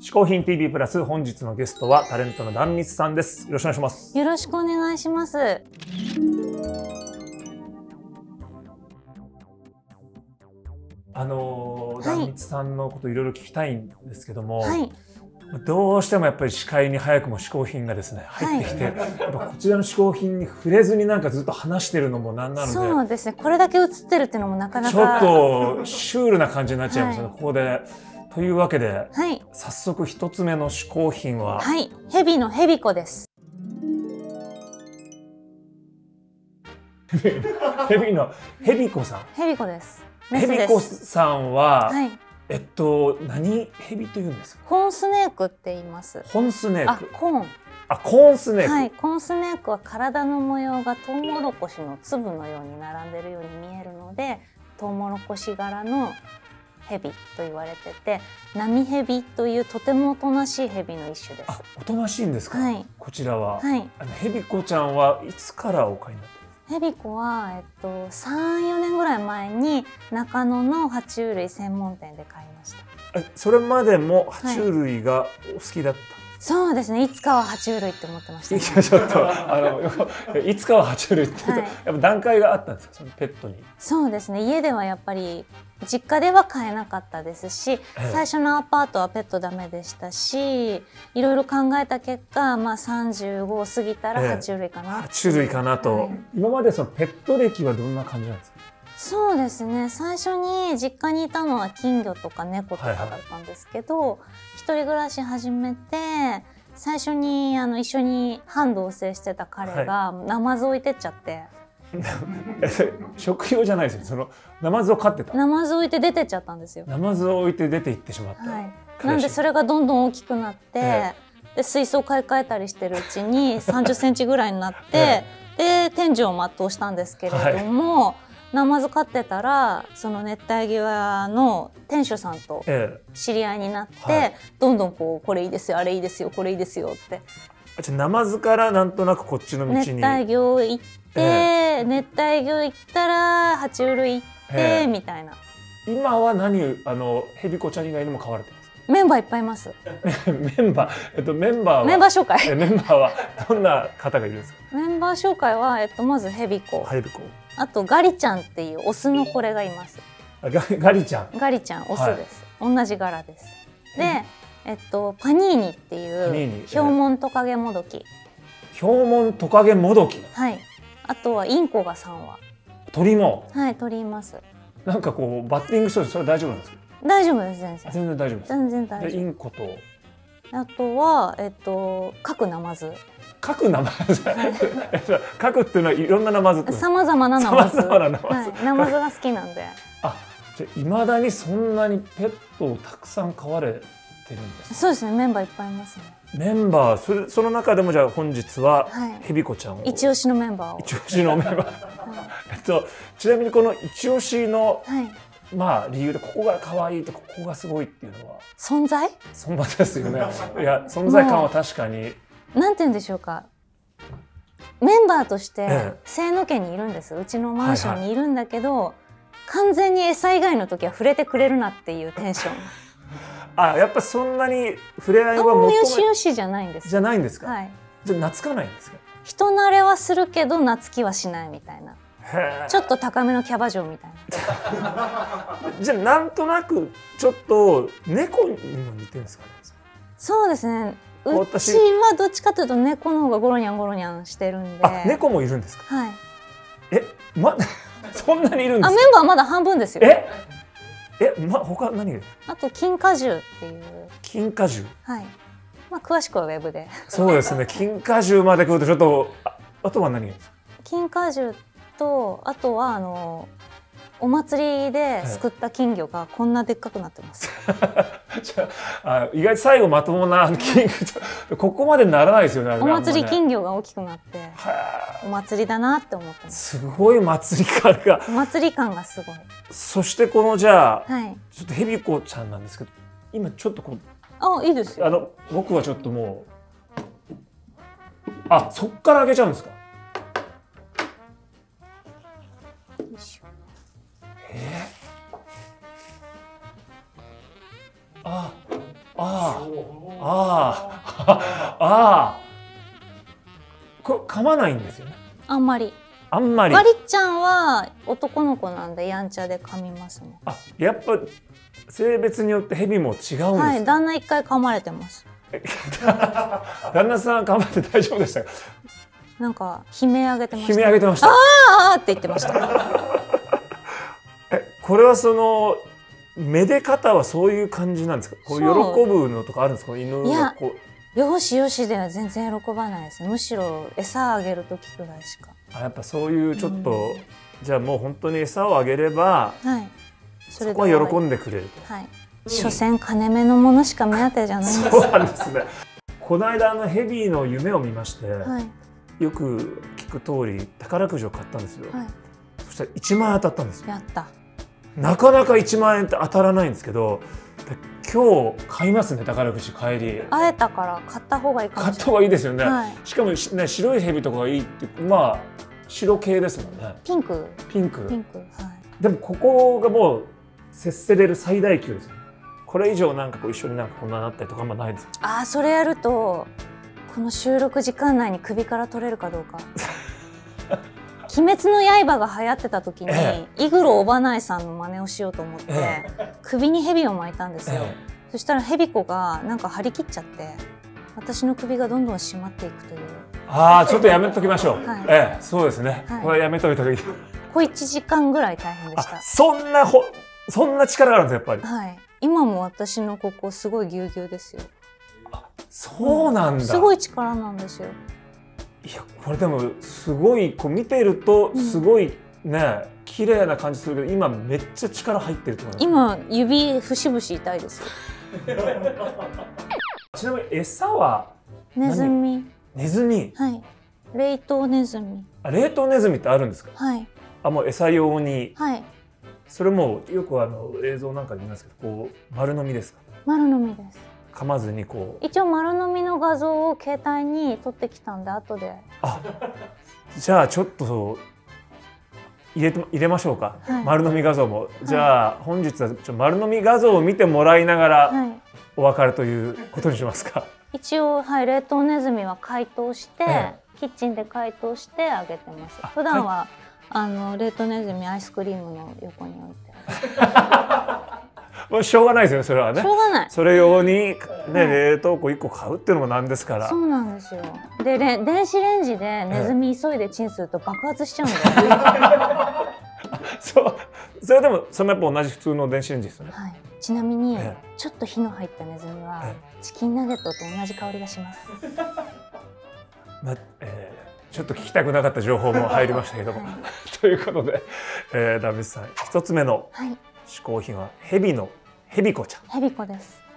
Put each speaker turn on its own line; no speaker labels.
嗜好品 TV プラス本日のゲストはタレントの壇蜜さんですよろしくお願いします
よろしくお願いします。
あのー
はい
壇蜜さんのこといろいろ聞きたいんですけども、
はい、
どうしてもやっぱり視界に早くも嗜好品がですね入ってきて、やっぱこちらの嗜好品に触れずになんかずっと話してるのもなんなので
そうですね。これだけ映ってるっていうのもなかな
ちょ
か。
っとシュールな感じになっちゃいますね、
は
ここで。というわけで
はい、
早速一つ目の嗜好品は、
はい、ヘビのヘビ子です。
ヘビのヘビコさ
ヘビ子です。
ん。
メ
ヘ
ス
ビ
で
コ
す。
さんは、
はい、
えっと何ヘビというんですか。
コーンスネークって言います。
ホンスネー
あ
ク。、
コーン。
あコーンスネーク。
はい、コーンスネークは体の模様がトウモロコシの粒のように並んでるように見えるので、トウモロコシ柄のヘビと言われてて、ナミヘビというとてもおとなしいヘビの一種で
あ
す。
おとなしいんですか。
はい
こちらは、
はい、
あのヘビコちゃんはいつからお飼いになっ
ヘビコは、えっと、3、4年ぐらい前に中野の爬虫類専門店で買いました。
たんですか。えそれまでも爬
はい
虫類がお好きだった。
そうですね、いつかは爬虫類って思ってまし
い
た、
や
ね。
ちょっとあの いつかは爬虫類っていうと、
はい
やっぱ段階があったんですかそのペットに。
そうですね、家ではやっぱり実家では買えなかったですし、最初のアパートはペットダメでしたし、いろいろ考えた結果、まあ35を過ぎたら
ええ
爬虫類かな、
爬虫類かなと、
はい
今までそのペット歴はどんな感じなんですか
そうですね最初に実家にいたのは金魚とか猫とかだったんですけど、一人暮らし始めて最初にあの一緒に半同棲してた彼がナマズ置いてっちゃって、
え それ食用じゃないですよそのナマズを飼ってた
ナマズ置いて出てっちゃったんですよ。
ナマズを置いて出て行ってしまった、
はい、
彼氏
なんでそれがどんどん大きくなって、
え
で水槽買い替えたりしてるうちに 3 0ンチぐらいになって
え、
で天井を全うしたんですけれども、ナマズ飼ってたらその熱帯魚の店主さんと
え
知り合いになって、
はい
どんどんこうこれいいですよあれいいですよこれいいですよって
えじゃあナマズからなんとなくこっちの道に
熱帯魚行って、
え
熱帯魚行ったら爬虫類行って、
ええ
みたいな
今は何あのヘビコちゃん以外にも飼われて
メンバーいっぱいいます
ますか メンバーえっとメンバーは
メンバー紹介
えメンバーはどんな方がいるんですか
メンバー紹介は、えっと、まずヘビコ、
ヘビコ
あとガリちゃんっていうオスのこれがいます
あガガリちゃん
ガリちゃんオスです、同じ柄ですで、えっと、パニーニって
パニーニ
い
ええ
うヒョウモントカゲモドキ
ヒョウモントカゲモドキ
はいあとはインコが3羽
鳥も
はい鳥います
なんかこうバッティングしそうですそれ大丈夫なんですか
大丈夫です全
あ
然
全然大丈夫です
全然大
で
丈
イ
夫
ンコと
あとはえっと各ナマズ
書く名前 書くっていうのはいろんなナマズってこと
さまざまなナマズ
様々なナマズ
はい、ナマズが好きなんで
あじゃいまだにそんなにペットをたくさん飼われてるんです
そうですねメンバーいっぱいいますね
メンバーそれその中でもじゃあ本日は
はい
ヘビコちゃんを、
一押しのメンバーを
一押しのメンバーえっとちなみにこの一押しの
はい
まあ理由でここが可愛いとここがすごいっていうのは
存在
そんなです よねいや存在感は確かに
なんて言うんでしょうかメンバーとし
え
て
え
清野家にいるんですうちのマンションにいるんだけど、完全に餌以外の時は触れてくれるなっていうテン ション
あやっぱそんなに触れ合いは
どうよ
求
し
め
よしじゃないんです
じゃないんですか、
はい、
じゃあ懐かないんですか
人慣れはするけど懐きはしないみたいな
へえ
ちょっと高めのキャバ嬢みたいな
じゃあなんとなくちょっと猫にも似てるんですかね。
そうですねう
私
ちはどっちかというと猫の方がゴロニャンゴロニャンしてるんで
あ、猫もいるんですか。
はい
え、ま、 そんなにいるんで
あメ
す
ン
か。
バーまだ半分ですよ
え、え、ま、他何がいる？
あと金華獣っていう
金華獣。
はいまあ詳しくはウェブで
そうです ね。金華獣まで来るとちょっとあ、あとは何がいるんですか。
金華獣とあとはあのお祭りですくった金魚がこんなでっかくなってます。
じゃあ、あ意外と最後まともな金 ここまでならないですよね。あれ
お
ね
祭り
あんまね
金魚が大きくなって
は
お祭りだなって思って
あ
ます。
すごい祭り感が。
お祭り感がすごい。
そしてこのじゃあ、
はい。
ちょっとヘビコちゃんなんですけど、今ちょっとこう。
あいいです
あ
よ。
の僕はちょっともうあそっから開けちゃうんですか
よいしょ
あああああああこ噛まないんですよね
あんまり
あんまり
ガリちゃんは男の子なんでやんちゃで噛みますね
あやっぱ性別によってヘビも違うんですか、
はい旦那一回噛まれてます
旦那さん頑張って大丈夫でしたか
なんか悲鳴上げてまし
悲
た
鳴上げてました
あーって言ってました
えこれはそのめで方はそういう感じなんですかこう喜
そう
ぶのとかあるんですか犬
い
が
や
こう
よしよしでは全然喜ばないですねむしろ餌あげる時くらいしか
あやっぱそういうちょっと、
うん
じゃあもう本当に餌をあげれば
はいそ
そ
れで
こ
終わ
は
り
喜んでくれる
はい所詮金目のものしか目当てじゃないんです
そうなんですねこの間あのヘビーの夢を見まして、
はい
よく聞く通り宝くじを買ったんですよ、
は
そしたら1万円当たったんです
い
よ
やった
なかなか1万円って当たらないんですけどで今日買いますね宝くじ帰り
会えたから買った方がいいか
買
も
っ
したれ
方がいいですよね、
ない、はい、
しかもしね白いヘビとかがいいってまあ白系ですもんね
ピンク
ピンク
ピンクはい
でもここがもう節制れる最大級ですよこれ以上なんかこう一緒になんかこんななったりとかあんまないですよ
ああそれやるとこの収録時間内に首から取れるかどう か鬼滅の刃が流行ってた時に、
え
イグロオバナイさんの真似をしようと思って、
え
首に蛇を巻いたんですよ、
え
そしたら蛇子がなんか張り切っちゃって私の首がどんどん締まっていくという
えああちょっとやめときましょう、
はい
ええそうですね、
はい
これやめといた方がいい
小1時間ぐらい大変でし
あ
た
そんなほそんな力があるんですよやっぱり
はい今も私のここすごいぎゅうぎゅうですよ
そうなんだ
すごい力なんですよ
いやこれでもすごいこう見てると
うん
すごいね綺麗な感じするけど今めっちゃ力入ってると思います
今指節々痛いですよ
ちなみに餌は
ネズミ
ネズミ
はい冷凍ネズミ
あ冷凍ネズミってあるんですか
はい
あもう餌用に
はい
それもよくあの映像なんかで見ますけどこう丸飲みですか
丸のみです
噛まずにこう
一応丸のみの画像を携帯に撮ってきたんで後で
あじゃあちょっと入れて入れましょうか、
はい
丸飲み画像もじゃあ本日はちょっと丸飲み画像を見てもらいながら
はい
お別れということにしますか、
一応、はい、冷凍ネズミは解凍して、
え
キッチンで解凍してあげてます
あ
普段は、あの冷凍ネズミアイスクリームの横に置いてあ
もうしょうがないですよねそれは
る
ね
しょうがない
それ用に、ね、冷凍庫1個買うっていうのもなんですから
そうなんですよでれん電子レンジでネズミ急いでチンすると爆発しちゃ うんで、
そうそれでもそれもやっぱ同じ普通の電子レンジですよね
はい、ちなみに、
ええ
ちょっと火の入ったネズミは、
え
チキンナゲットと同じ香りがします
まえーちょっと聞きたくなかった情報も入りましたけども。 ということで、えー、ダビスさん一つ目の
はい
嗜好品はヘビのヘビ子ちゃん。
ヘビコです